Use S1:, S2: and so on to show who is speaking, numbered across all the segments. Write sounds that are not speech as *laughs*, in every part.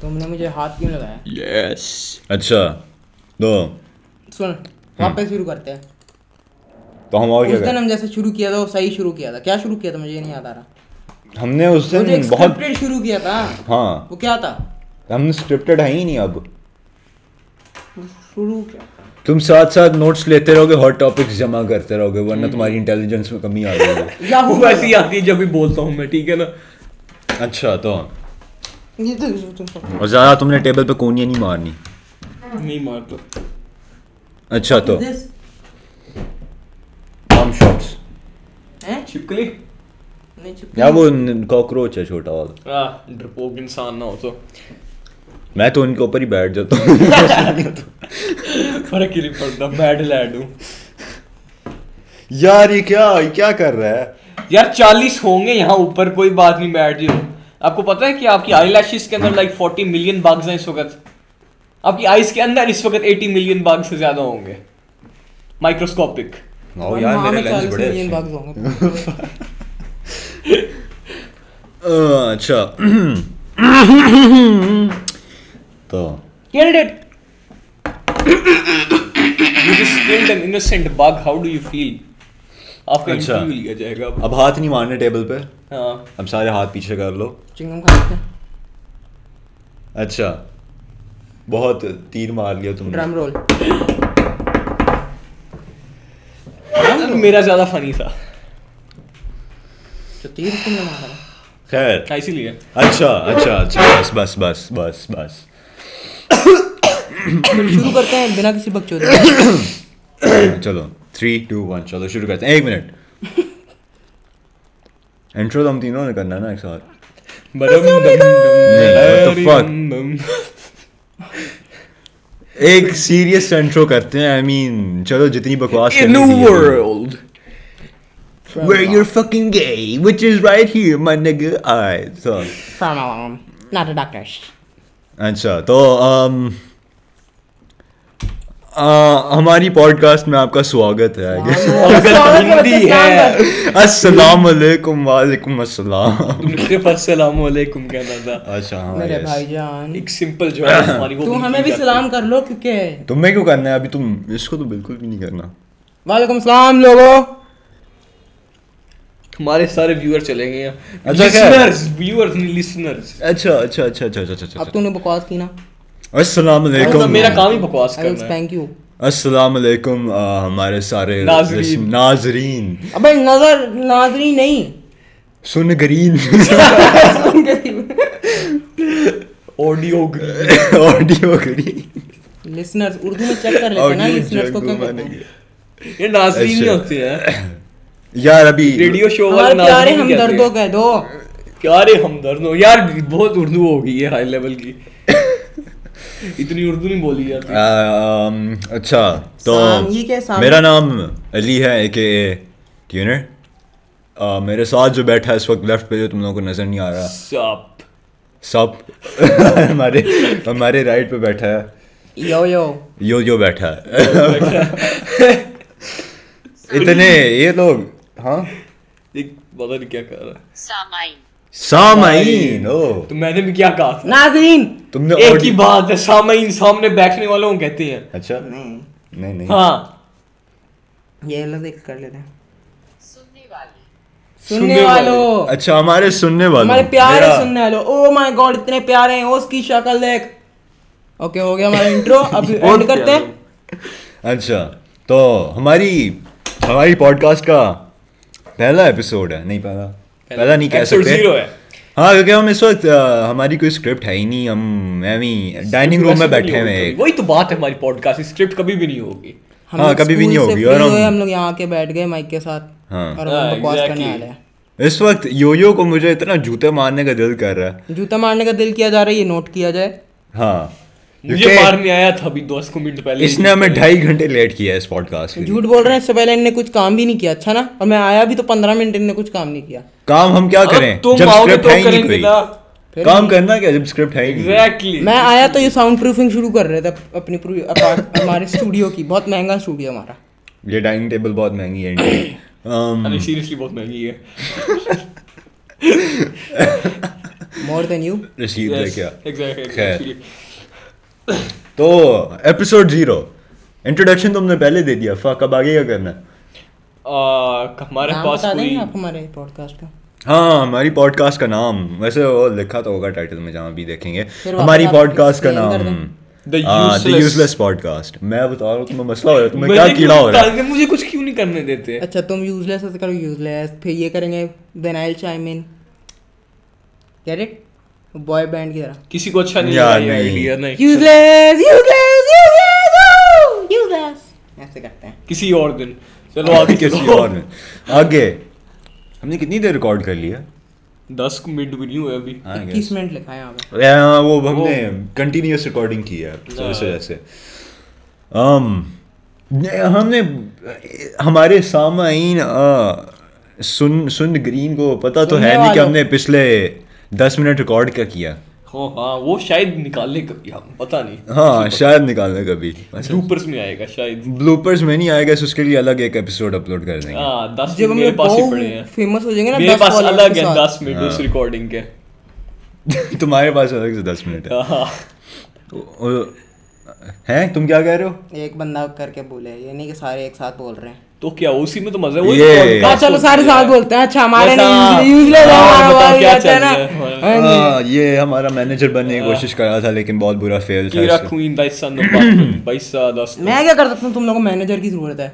S1: تم نے مجھے ہاتھ کیوں لگایا
S2: *laughs*
S3: یس اچھا دو
S1: سن واپس شروع کرتے ہیں
S3: تو ہم اور کیا
S1: اس دن
S3: کریں
S1: ہم جیسے شروع کیا تھا وہ صحیح شروع کیا تھا کیا شروع کیا تھا مجھے یہ نہیں یاد آ رہا
S3: ہم نے اس
S1: مجھے
S3: دن
S1: ایک
S3: بہت
S1: scripted شروع کیا تھا
S3: ہاں
S1: وہ کیا تھا
S3: ہم نے اسکرپٹڈ ہے ہی نہیں اب
S1: شروع کیا تھا
S3: تم ساتھ ساتھ نوٹس لیتے رہو گے ہاٹ ٹاپکس جمع کرتے رہو گے ورنہ تمہاری انٹیلیجنس میں کمی آ جائے
S1: *laughs*
S3: گی
S1: Yahoo!
S2: ویسے ہی آتی ہے جب بھی بولتا ہوں میں ٹھیک ہے نا
S3: اچھا تو
S1: یہ تو تم سب
S3: اور زیادہ تم نے ٹیبل پہ کونیاں نہیں مارنی
S2: نہیں مارتا
S3: اچھا تو
S1: This-
S3: بم شاٹس
S1: ہیں؟
S2: چھپکلی
S1: نہیں چھپی
S3: یا وہ کاکروچ ہے چھوٹا والا
S2: ڈرپوک انسان نہ ہو تو
S3: میں تو ان کے اوپر ہی بیٹھ جاتا ہوں *laughs*
S2: فرق ہی نہیں پڑتا بیڈ لیڈ ہوں
S3: یار یہ کیا کیا کر رہا ہے
S2: یار چالیس ہوں گے یہاں اوپر کوئی بات نہیں بیٹھ جاؤ آپ کو پتہ ہے کہ آپ کی آئی لیشز کے اندر لائک فورٹی ملین باگز ہیں اس وقت آپ کی آئیز کے اندر اس وقت ایٹی ملین باگ سے زیادہ ہوں گے مائکروسکوپک
S3: آؤ یار میرے
S1: چالیس
S3: لینس بڑے
S1: ملین
S3: اچھے
S1: bugs ہوں گے
S3: ہیں۔ اچھا *clears throat* تو
S1: Killed it.
S2: You just killed an innocent bug how do you feel آپ کا
S3: اچھا۔
S2: انٹرویو لیا جائے گا اب۔
S3: اب ہاتھ نہیں مارنے ٹیبل پہ
S2: ہاں
S3: اب سارے ہاتھ پیچھے کر لو
S1: چنگم کھا لیتے ہیں
S3: اچھا بہت تیر مار لیا تم نے
S1: ڈرم رول
S2: یار، میرا زیادہ فنی تھا
S1: تو تیر تم نے مارا ہے۔
S3: خیر
S2: ہاں، اسی لیے
S3: اچھا اچھا اچھا بس بس بس بس بس
S1: شروع کرتے ہیں بنا کسی بکچودے کے۔
S3: چلو تھری ٹو ون چلو شروع کرتے ہیں ایک منٹ انٹرو تو ہم تینوں نے کرنا ہے نا ایک ساتھ
S2: بدم دم
S3: نہیں، what the fuck؟
S2: دم دم
S3: ایک سیریس انٹرو کرتے ہیں آئی مین چلو جتنی بکواس
S2: In the world.
S3: Where your fucking گئی which is right here my نگ I so
S1: From, um, not a doctor.
S3: اچھا تو ام، آ، ہماری پوڈ کاسٹ میں آپ کا سواگت ہے
S2: ہندی ہے
S3: السلام علیکم وعلیکم السلام
S2: تم نے صرف السلام علیکم کہنا تھا
S3: اچھا ہاں
S1: میرے
S3: yes.
S1: بھائی جان
S2: ایک سمپل جو ہے ہماری وہ
S1: تم ہمیں بھی سلام کر لو کیونکہ
S3: تم نے کیوں کرنا ہے ابھی تم اس کو تو بالکل بھی نہیں کرنا
S1: وعلیکم السلام لوگو
S2: ہمارے سارے ویور چلے گئے ہیں
S3: اچھا، کیا؟
S2: لسنرز ویور لسنرز
S3: اچھا اچھا اچھا اچھا اچھا اچھا
S1: اب تم نے بکواس کی نا
S3: السلام علیکم
S2: میرا کام ہی بکواس
S1: آئی ول
S2: کرنا ہے
S1: اسپینک یو
S3: السلام علیکم ہمارے سارے ناظرین
S1: ابے نظر ناظری نہیں
S3: سن green *laughs*
S2: audio
S3: audio green
S1: listeners Urdu میں چیک کر لیتے ہیں نا لسنرز کو کیا کہتے ہیں
S2: یہ ناظرین ہی
S3: اچھا۔
S2: ہوتے ہیں
S3: *laughs* یار ابھی
S2: ریڈیو شو والے
S1: ہمارے پیارے
S2: ناظرین ہی کہتے
S1: ہمدردوں
S2: ہیں
S1: کہہ دو
S2: پیارے ہمدردوں یار بہت اردو ہو گئی ہے ہائی لیول
S3: *laughs*
S2: کی اتنی اردو نہیں بولی جاتی
S3: ہاں۔ اچھا تو میرا نام علی ہے اے کے اے ٹیونر میرے ساتھ جو بیٹھا ہے اس وقت لیفٹ پہ جو تم لوگوں کو نظر نہیں آ رہا
S2: سپ
S3: سب ہمارے ہمارے رائٹ پہ بیٹھا ہے
S1: یو یو
S3: یو یو بیٹھا ہے اتنے یہ لوگ ہاں
S2: ایک پتہ نہیں کیا کر رہا ہے
S4: سامعین
S3: سامعین او
S2: تو میں نے بھی کیا کہا
S3: *laughs*
S2: تھا
S1: ناظرین
S3: تم نے
S2: ایک ہی بات ہے سامعین سامنے بیٹھنے والوں کو کہتے ہیں
S3: اچھا نہیں نہیں
S2: ہاں
S1: یہ لفظ ایک کر لیتے ہیں
S4: سننے والے
S1: سننے والوں
S3: اچھا ہمارے سننے والے
S1: ہمارے پیارے سننے والوں او مائی گاڈ اتنے پیارے ہیں اس کی شکل دیکھ اوکے ہو گیا ہمارا
S3: *laughs*
S1: انٹرو اب اینڈ کرتے ہیں
S3: اچھا تو ہماری ہماری پوڈ کاسٹ کا پہلا ایپیسوڈ ہے نہیں پہلا پہلا نہیں کہہ سکتے
S2: زیرو ہے
S3: ہاں کیونکہ ہم اس وقت ہماری کوئی اسکرپٹ ہے ہی نہیں ہم ایویں ڈائننگ روم میں بیٹھے ہوئے ہیں
S2: وہی تو بات ہے ہماری پوڈ کاسٹ اسکرپٹ کبھی بھی نہیں ہوگی
S3: ہاں، کبھی بھی نہیں ہوگی، اور
S1: اور
S3: ہم-
S1: ہم لوگ یہاں آ کے بیٹھ گئے مائک کے ساتھ
S3: ہاں۔
S1: اور ہم بکواس کرنے والے ہیں
S3: اس وقت یویو کو مجھے اتنا جوتے مارنے کا دل کر رہا ہے
S1: جوتا مارنے کا دل کیا جا رہا ہے یہ نوٹ کیا جائے
S3: ہاں
S2: مجھے
S3: کیونکہ
S2: مارنے آیا تھا ابھی دوست کو منٹ پہلے
S3: اس نے ہمیں ڈھائی گھنٹے لیٹ کیا ہے اس پوڈ کاسٹ کے لیے
S1: جھوٹ بول رہے ہیں اس سے پہلے ان نے کچھ کام بھی نہیں کیا اچھا نا اور میں آیا بھی تو پندرہ منٹ ان نے کچھ کام نہیں کیا
S3: کام ہم کیا کریں جب
S2: تم آؤ گے
S3: اسکرپٹ
S2: ہاں، تو
S3: ہے ہی
S2: کریں
S3: نہیں
S2: گے
S3: کوئی
S2: نا
S3: کام کرنا کیا جب اسکرپٹ ہے ہی نہیں
S2: ایگزیکٹلی
S1: میں آیا تو یہ ساؤنڈ پروفنگ شروع کر رہے تھے اپنی پوری- اپارٹ- ہمارے اسٹوڈیو کی بہت مہنگا اسٹوڈیو ہمارا
S3: یہ ڈائننگ ٹیبل بہت
S2: *coughs*
S3: مہنگی ہے
S2: ارے سیریسلی بہت مہنگی ہے
S1: مور دین یو
S3: رسید لے کے آ۔
S2: ایگزیکٹلی
S3: تو ایپیسوڈ زیرو انٹروڈکشن تم نے پہلے دے دیا فاق اب آگے کیا کرنا ہے
S2: ہمارے
S1: نام
S2: پاس
S1: بتا دیں
S2: کوئی
S1: گے آپ ہمارے پوڈ کاسٹ کا
S3: ہاں ہماری پوڈ کاسٹ کا نام ویسے وہ لکھا تو ہوگا ٹائٹل میں جہاں بھی دیکھیں گے
S1: پھر واپس
S3: ہماری
S1: آپ
S3: پوڈ کاسٹ کا
S1: explain کر دیں۔
S3: نام ہاں،
S2: The Useless.
S3: Useless podcast میں بتا رہا ہوں تمہیں مسئلہ ہو رہا ہے تمہیں کیا
S2: مجھے
S3: کیڑا ہو رہا ہے
S2: کیوں- مجھے کچھ کیوں نہیں کرنے دیتے
S1: اچھا تم یوز لیس کرو یوز لیس پھر یہ کریں گے then I chime in get it boy band کی طرح
S2: کسی کو اچھا نہیں
S3: یار،
S2: لگا یہ
S3: نہیں۔
S2: idea، نہیں
S1: useless useless useless useless Oh! ایسے کرتے ہیں
S2: کسی اور دن چلو آگے
S3: کسی
S2: چلو
S3: اور نے آگے ہم نے کتنی دیر ریکارڈ کر لیا
S2: دس منٹ بھی نہیں ہوئے ابھی
S1: اکیس منٹ لکھا ہے یہاں پہ
S3: ہاں وہ ہم نے کنٹینیوس ریکارڈنگ کی ہے تو اس وجہ سے ہم ہم نے ہمارے سامعین سن سن گرین کو پتہ تو ہے نہیں کہ ہم نے پچھلے دس منٹ ریکارڈ کیا کیا
S2: ہاں ہاں وہ شاید نکالنے کبھی ہم پتہ نہیں
S3: ہاں شاید نکالنا کبھی
S2: سوپرس میں آئے گا شاید
S3: بلوپرز میں نہیں آئے گا اس کے لیے الگ ایک ایپیسوڈ اپلوڈ کر دیں گے
S2: ہاں دس
S1: جب
S2: منٹ
S1: ہم
S2: میرے
S1: لوگ
S2: پاس ہی پڑے ہیں
S1: فیمس ہو جائیں گے نا
S2: میرے
S1: دس
S2: پاس
S1: followers
S2: الگ
S1: کے
S2: ہے
S1: ساتھ۔
S2: دس منٹ اس ریکارڈنگ کے
S3: *laughs* تمہارے پاس الگ سے دس منٹ
S2: ہاں
S3: ہے ہیں تم کیا کہہ رہے ہو
S1: ایک بندہ کر کے بولے یہ نہیں کہ سارے ایک ساتھ بول رہے ہیں
S2: تو کیا اسی میں تو مزہ
S3: یہ-
S1: ہاں چلو سارے ساتھ بولتے ہیں اچھا ہمارے
S2: ویسا- ہاں، بتاؤ کیا چل رہا ہے؟
S1: نا ہاں۔
S3: یہ ہمارا مینیجر بننے کی کوشش کر رہا تھا لیکن بہت برا فیل تھا
S2: کیرا
S3: اس سے۔
S2: کوئین بائیس سال *clears throat* نو بائیس دس
S1: میں کیا کر سکتا ہوں تم لوگوں کو مینیجر کی ضرورت ہے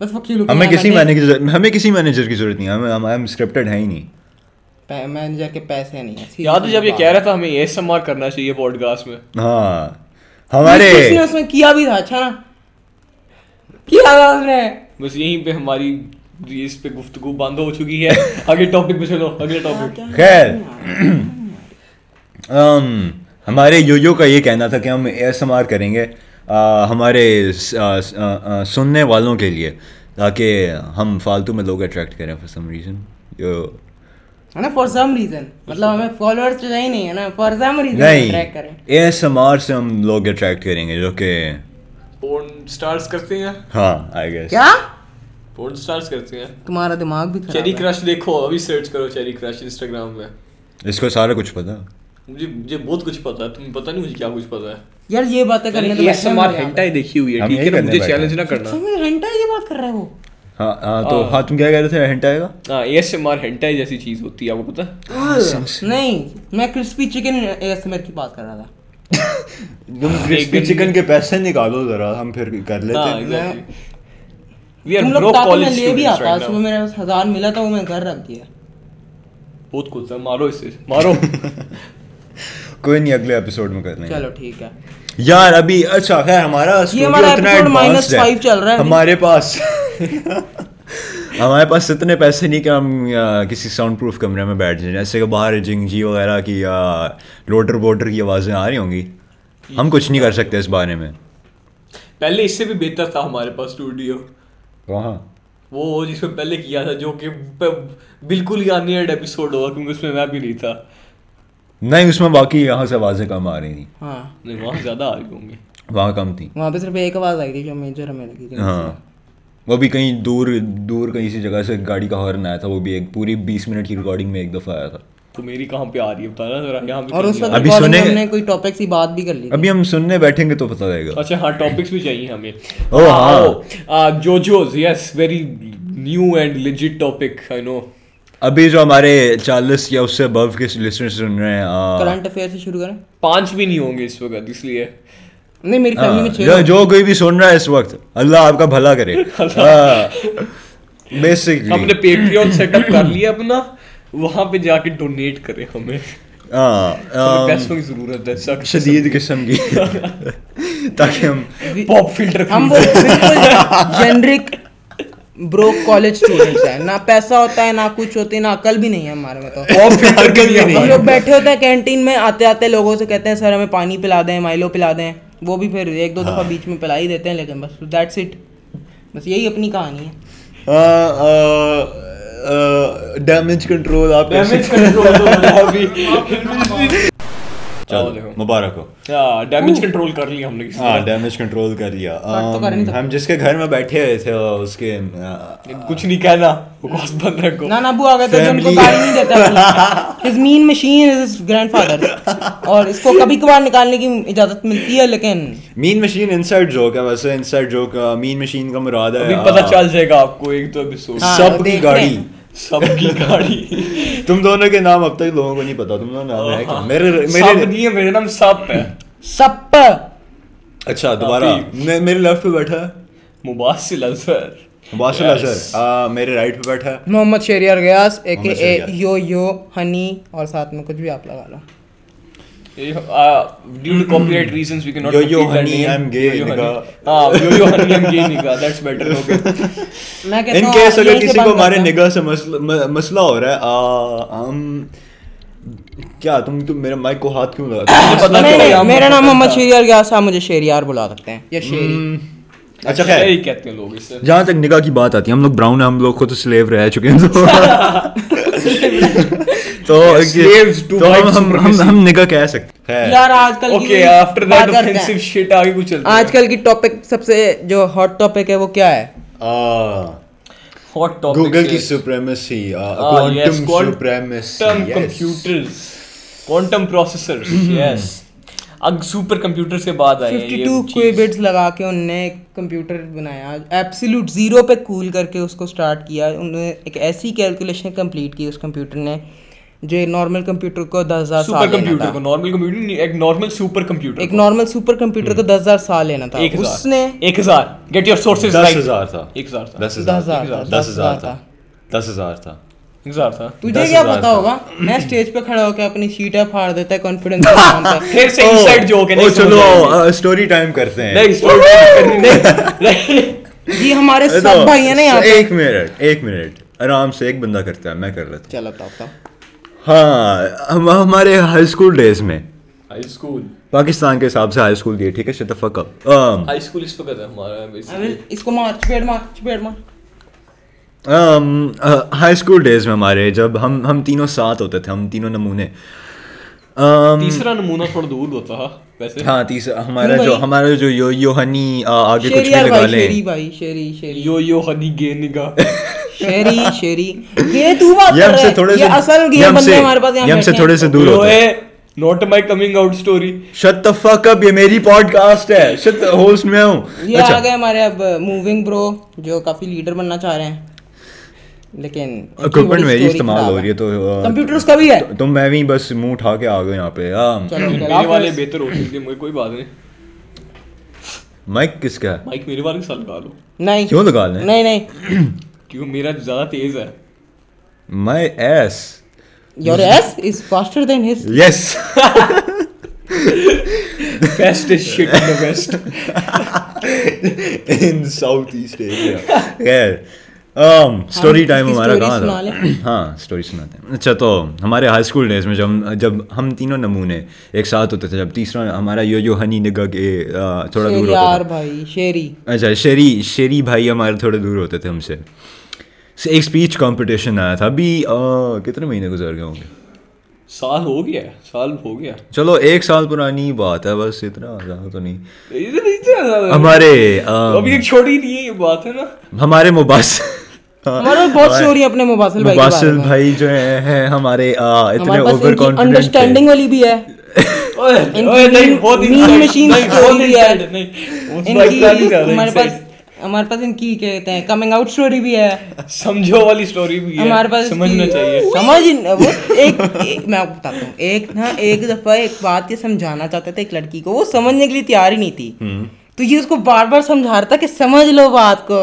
S1: بس فکی لوگ
S3: ہمیں کسی مینیجر ہمیں کسی مینیجر کی ضرورت نہیں ہے ہمیں ہم اسکرپٹڈ ہیں ہی نہیں
S1: مینیجر کے پیسے نہیں ہیں
S2: یاد ہے جب یہ کہہ رہا تھا ہمیں اے ایس ایم آر کرنا چاہیے پوڈ کاسٹ میں
S3: ہاں
S1: ہمارے اس نے
S3: ہمارے
S1: اس میں کیا بھی تھا اچھا نا کیا تھا اس نے
S2: بس یہیں پہ ہماری اس پہ گفتگو بند ہو چکی *laughs* ہے آگے ٹاپک پہ چلو اگلے ٹاپک
S3: خیر ام، ہمارے یو یو کا یہ کہنا تھا کہ ہم اے ایس ایم آر کریں گے آ، ہمارے س- آ، س- آ، آ، سننے والوں کے لیے تاکہ ہم فالتو میں لوگ اٹریکٹ کریں فار سم ریزن
S1: ہے نا فار سم ریزن مطلب ہمیں فالوورس تو چاہیے نہیں ہے نا فار سم ریزن ٹریک
S3: نہیں
S1: کریں
S3: اے ایس ایم آر سے ہم لوگ اٹریکٹ کریں گے جو کہ
S2: پورن سٹارز کرتے ہیں
S3: ہاں آئی گیس
S1: کیا
S2: پورن سٹارز کرتے ہیں
S1: تمہارا دماغ بھی
S2: چیری
S1: خراب ہے
S2: کرش دیکھو ابھی سرچ کرو چیری کرش انسٹاگرام میں
S3: اس کو سارا کچھ پتا
S2: مجھے مجھے بہت کچھ پتا ہے تمہیں پتہ نہیں مجھے کیا کچھ پتا ہے
S1: یار یہ باتیں کرنے تو
S2: A S M R hentai دیکھی ہوئی ہے
S3: ہم
S2: ٹھیک
S3: یہی
S2: ہے نا
S3: کرنے
S2: مجھے
S3: بیٹھے
S2: چیلنج نہ کرنا
S1: گھنٹہ یہ بات کر رہے ہو
S3: ہاں ہاں تو ہاں تم کیا کہہ رہے تھے ہینٹائے کا
S2: ہاں A S M R hentai جیسی چیز ہوتی ہے آپ کو پتہ ہے
S1: نہیں میں crispy chicken A S M کی بات کر رہا تھا
S3: تم کرسپی چکن کے پیسے نکالو ذرا ہم پھر کر
S1: ہاں،
S3: لیتے ہیں
S2: وی آر
S1: تم
S2: برو
S1: لوگ تاکہ میں
S2: کالج
S1: لے بھی آتا صبح میرے پاس ہزار ملا تھا وہ میں گھر رکھ دیا
S2: بہت کچھ ہے مارو اسے مارو
S3: کوئی نہیں اگلے ایپیسوڈ میں کریں گے
S1: چلو ٹھیک ہے
S3: یار ابھی اچھا خیر ہمارا
S1: ہمارا episode minus
S3: ہے
S1: five چل رہا ہے
S3: ہمارے پاس ہمارے پاس اتنے پیسے نہیں کہ ہم کسی ساؤنڈ پروف کمرے میں بیٹھ جائیں جیسے کہ باہر جنگ جی وغیرہ کی یا لوٹر بوٹر کی آوازیں آ رہی ہوں گی ہم کچھ نہیں کر سکتے اس بارے میں
S2: پہلے اس سے بھی بہتر تھا ہمارے پاس اسٹوڈیو
S3: وہاں
S2: وہ جس میں پہلے کیا تھا جو کہ پ- بالکل ہی انیئرڈ ایپیسوڈ ہوگا کیونکہ اس میں میں بھی نہیں تھا
S3: نہیں اس میں باقی یہاں سے آوازیں کم آ رہی تھیں
S1: ہاں
S2: نہیں وہاں زیادہ آ گئے ہوں گے
S3: وہاں کم تھیں
S1: وہاں پہ صرف ایک آواز آئی تھی جو میجر ہمیں لگی تھی
S3: ہاں وہ بھی کہیں دور دور کہیں سی جگہ سے گاڑی کا ہارن آیا تھا وہ بھی ایک پوری بیس منٹ کی ریکارڈنگ میں ایک دفعہ آیا تھا
S2: تو میری کہاں پہ آ رہی ہے بتانا ذرا یہاں پہ
S1: اور اس
S2: کہیں آ
S1: وقت recording
S2: رہی
S3: ابھی
S1: میں
S3: سنے-
S1: ہم نے کوئی ٹاپک سی بات بھی کر لی تھی
S3: ابھی ہم سننے بیٹھیں گے تو پتہ لگے
S2: ہے۔
S3: گا
S2: اچھا ہاں ٹاپکس بھی چاہیے ہمیں
S3: او ہاں
S2: JoJo's yes very new and legit topic I know
S3: ابھی جو ہمارے چالیس یا اس سے ابو کے لسنر سن رہے ہیں آ،
S1: کرنٹ افیئر سے شروع کریں
S2: پانچ بھی نہیں ہوں گے اس وقت اس لیے
S1: نہیں میری فیملی میں
S3: آ،
S1: چھ
S3: جو- جو کوئی بھی سن رہا ہے اس وقت اللہ آپ کا بھلا کرے
S2: ہم
S3: بیسکلی
S2: نے
S3: *coughs*
S2: پیٹریون سیٹ اپ کر لیا اپنا وہاں پہ جا کے ڈونیٹ کرے ہمیں ہمیں پیسوں کی ضرورت ہے سخت
S3: شدید قسم کی تاکہ ہم
S2: پاپ فلٹر
S1: ہم وہ بالکل جنرک برو کالج اسٹوڈنٹس ہیں نہ پیسہ ہوتا ہے نہ کچھ ہوتی ہے نہ عقل بھی نہیں ہے ہمارے میں تو
S3: *laughs* پاپ فلٹر کے لیے
S1: ہم
S3: نہیں
S1: لوگ بیٹھے ہوتے ہیں کینٹین میں آتے آتے لوگوں سے کہتے ہیں سر ہمیں پانی پلا دیں مائلو پلا دیں وہ بھی پھر ایک دو دفعہ بیچ میں پلا ہی دیتے ہیں لیکن بس دیٹس اٹ بس یہی اپنی کہانی ہے
S3: ڈیمیج کنٹرول
S2: *laughs*
S3: آپ
S2: ڈیمیج کنٹرول ہو رہا ہے ابھی چلو
S3: چلو
S2: دیکھو
S3: مبارک ہو
S2: ڈیمیج کنٹرول کر لیا ہم نے کسی
S3: ہاں ڈیمیج کنٹرول کر لیا
S1: Cut تو کر نہیں سکتے۔
S3: ہم جس کے گھر میں بیٹھے ہوئے تھے اس کے
S2: طرح۔ کچھ نہیں کہنا بکواس بند رکھو
S1: نانا ابو آ گئے تھے جو ان کو
S3: Family-
S1: گالی نہیں دیتا his man machine is grandfather اور اس کو کبھی کبھار نکالنے کی اجازت ملتی ہے لیکن
S3: مین مشین انسائڈ جوک ہے ویسے انسائڈ جوک مین مشین کا مراد ہے
S2: ابھی پتہ چل جائے گا آپ کو ایک دو ایپیسوڈ
S1: ہاں،
S3: سب کی
S1: دیکھ رہے
S3: گاڑی
S1: ہیں۔
S2: سب کی گاڑی
S3: تم دونوں کے نام اب تک لوگوں کو نہیں پتا تم دونوں نام
S1: ہاں،
S3: ہے کیا؟ *laughs* میرے
S2: سپ
S3: میرے
S2: نہیں ہے میرا نام سپ ہے
S1: سپ ہاں،
S3: اچھا دوبارہ میں- میرے لیفٹ پہ بیٹھا ہے
S2: مباصل اظہر
S3: باسل
S2: Yes.
S3: اظہر آ، میرے رائٹ پہ بیٹھا ہے
S1: محمد شہریار گیاس A K
S3: Muhammad
S1: A
S3: Shahryar.
S1: Yo you honey اور ساتھ میں کچھ بھی آپ لگا لو
S2: uh, due to copyright reasons we can not
S3: Mm-hmm. Yo-yo honey, I'm gay, nigga.
S2: ہاں yo you honey I'm gay nigga that's better
S3: *laughs*
S2: okay
S1: میں
S3: ان کیس اگر کسی کو ہمارے نگاہ سے مسئلہ م- مسئلہ ہو رہا ہے آ، ہم کیا تم تم میرے مائک کو ہاتھ کیوں لگا
S2: پتہ نہیں
S1: میرا نام محمد شہریار گیاس آپ مجھے شہریار بلا سکتے ہیں یا شہری
S3: اچھا خیر
S2: یہی کہتے ہیں لوگ اس سے
S3: جہاں تک نگاہ کی بات آتی ہے ہم لوگ براؤن ہیں ہم لوگ خود سلیو رہ چکے ہیں تو تو
S2: Slaves to
S3: تو ہم-
S2: white
S3: ہم- ہم
S2: supremacy.
S3: ہم نگاہ کہہ سکتے ہیں
S1: یار آج کل
S2: اوکے آفٹر دیٹ
S1: کی
S2: افنسیو شٹ آگے کچھ چلتا
S1: آج کل کی ٹاپک سب سے جو ہاٹ ٹاپک ہے وہ کیا ہے
S2: ہاٹ ٹاپک
S3: گوگل کی supremacy
S2: Ah,
S3: quantum supremacy
S2: computers quantum processors
S3: Mm-hmm.
S2: Yes اب سپر کمپیوٹرز کے بعد آئے ہیں
S1: ففٹی
S2: یہ
S1: ٹو
S2: چیز۔
S1: کوئبٹس لگا کے انہوں نے ایک کمپیوٹر بنایا ایپسیلوٹ زیرو پہ کول کر کے اس کو سٹارٹ کیا انہوں نے ایک ایسی کیلکولیشن کمپلیٹ کی اس کمپیوٹر نے جو نارمل کمپیوٹر کو دس ہزار
S2: سپر
S1: سال لینا
S2: کمپیوٹر کو
S1: تھا
S2: نارمل کمپیوٹر نہیں ایک نارمل سپر کمپیوٹر
S1: ایک نارمل سپر کمپیوٹر کو دس ہزار سال لینا تھا
S2: ایک
S1: اس
S2: ہزار
S1: نے
S2: ایک ہزار گیٹ یور سورسز
S3: دس ہزار تھا
S2: ایک ہزار تھا
S3: دس ہزار تھا دس ہزار تھا دس ہزار تھا
S2: ایک ہزار تھا
S1: تجھے کیا پتا ہوگا میں
S2: *laughs*
S1: اسٹیج پہ کھڑا ہو کے اپنی سیٹیں پھاڑ دیتا ہے کانفیڈنس کے نام پہ
S2: پھر سے انسائڈ جوک ہے نہیں
S3: Oh, چلو
S2: سمجھ آئے گی۔
S3: اسٹوری ٹائم کرتے ہیں
S2: نہیں story کرنی نہیں
S1: یہ جی، ہمارے سب بھائی ہیں نا یہاں پہ
S3: ایک منٹ ایک منٹ آرام سے ایک بندہ کرتا ہے میں کر لیتا
S1: چلو بتاؤ بتاؤ
S3: ہوں ہاں ہمارے ہائی اسکول ڈیز میں
S2: ہائی اسکول
S3: پاکستان کے حساب سے ہائی اسکول دی ٹھیک ہے شتفق
S2: ہائی اسکول اس وقت ہے ہمارا
S1: ارے
S2: basically۔
S1: اس کو مار چپیڑ مار چپیڑ مار
S3: ہائی اسکول ڈیز میں ہمارے جب ہم ہم تینوں ساتھ ہوتے تھے ہم تینوں نمونے
S2: تیسرا نمونہ تھوڑا دور ہوتا تھا ویسے
S3: ہاں تیسرا ہمارا جو ہمارا جو یو یوہنی آگے کچھ بھی
S1: شہریار
S3: لگا
S1: بھائی
S3: لیں
S1: شہری بھائی شہری شہری
S2: یو یو ہنی گے نگا
S1: شیری شیری یہ تو بات
S3: یہ
S1: کر
S3: ہم سے
S1: رہا
S3: تھوڑے
S1: ہے
S3: سے
S1: یہ اصل یہ بندے ہمارے پاس
S3: ہم
S1: یہاں
S3: سے تھوڑے سے دور ہوتے ہیں
S2: you're not my coming out story
S3: شتفا کب یہ میری پوڈ کاسٹ ہے شت ہوسٹ میں ہوں اچھا۔
S1: یہ آ گئے ہمارے اب موونگ برو جو کافی لیڈر بننا چاہ رہے ہیں لیکن
S3: اکوپمنٹ میری استعمال ہو رہی ہے تو
S1: کمپیوٹرز کا بھی ہے
S3: تو میں بھی بس منہ اٹھا کے آ گیا یہاں پہ
S2: میرے والے بہتر ہو سکتے ہیں مجھے کوئی بات نہیں
S3: مائک کس کا ہے
S2: مائک میرے والے کے ساتھ لگا لو
S1: نہیں
S3: کیوں لگا لیں
S1: نہیں نہیں
S2: کیوں میرا زیادہ تیز ہے
S3: my ass
S1: your ass is faster than his
S3: yes *laughs*
S2: best shit in the west
S3: in south asset Asia خیر اسٹوری ٹائم ہمارا کہاں *clears throat* تھا ہاں اسٹوری سناتے ہیں اچھا تو ہمارے ہائی اسکول ڈیز میں جب جب ہم تینوں نمونے ایک ساتھ ہوتے تھے جب تیسرا ہمارا یو یو ہنی نگا کے تھوڑا دور ہوتا
S1: یار بھائی شیری
S3: اچھا شیری شیری بھائی ہمارے تھوڑے دور ہوتے تھے ہم سے سے ایک اسپیچ کمپٹیشن آیا تھا ابھی آہ، کتنے مہینے گزر گئے ہوں گے
S2: سال ہو گیا ہے، سال ہو گیا
S3: چلو ایک سال پرانی بات ہے بس اتنا زیادہ تو نہیں
S2: ادھر نہیں تھا۔
S3: ہمارے آہ،
S2: ابھی ایک چھوٹی نہیں ہے یہ بات ہے نا
S3: ہمارے مباس
S1: ہمارے پاس بہت شوری اپنے مباصل بھائی کے بارے
S3: مباسل
S1: میں
S3: بھائی جو ہیں ہیں ہمارے آہ، اتنے
S1: ہمارے پاس
S3: اوور
S1: ان کی
S3: کانفیڈنٹ
S1: انڈرسٹینڈنگ والی بھی ہے
S2: اوئے،
S1: ان
S2: اوئے،
S1: کی
S2: نہیں
S1: mean-
S2: بہت
S1: mean
S2: inside-
S1: machine
S2: نہیں،
S1: story
S2: بہت
S1: ہے۔
S2: inside ہے، نہیں، اس
S1: ان
S2: بات
S1: کی
S2: کا نہیں جا رہا
S1: ہمارے
S2: inside۔
S1: پاس ہمارے پاس ان کی کہتے ہیں کمنگ آؤٹ سٹوری بھی ہے
S2: سمجھو والی سٹوری بھی ہے
S1: ہمارے پاس
S2: سمجھنا چاہیے
S1: سمجھ وہ ایک میں آپ کو بتاتا ہوں ایک نا ایک دفعہ ایک بات یہ سمجھانا چاہتا تھا ایک لڑکی کو وہ سمجھنے کے لیے تیار ہی نہیں تھی تو یہ اس کو بار بار سمجھا رہا تھا کہ سمجھ لو بات کو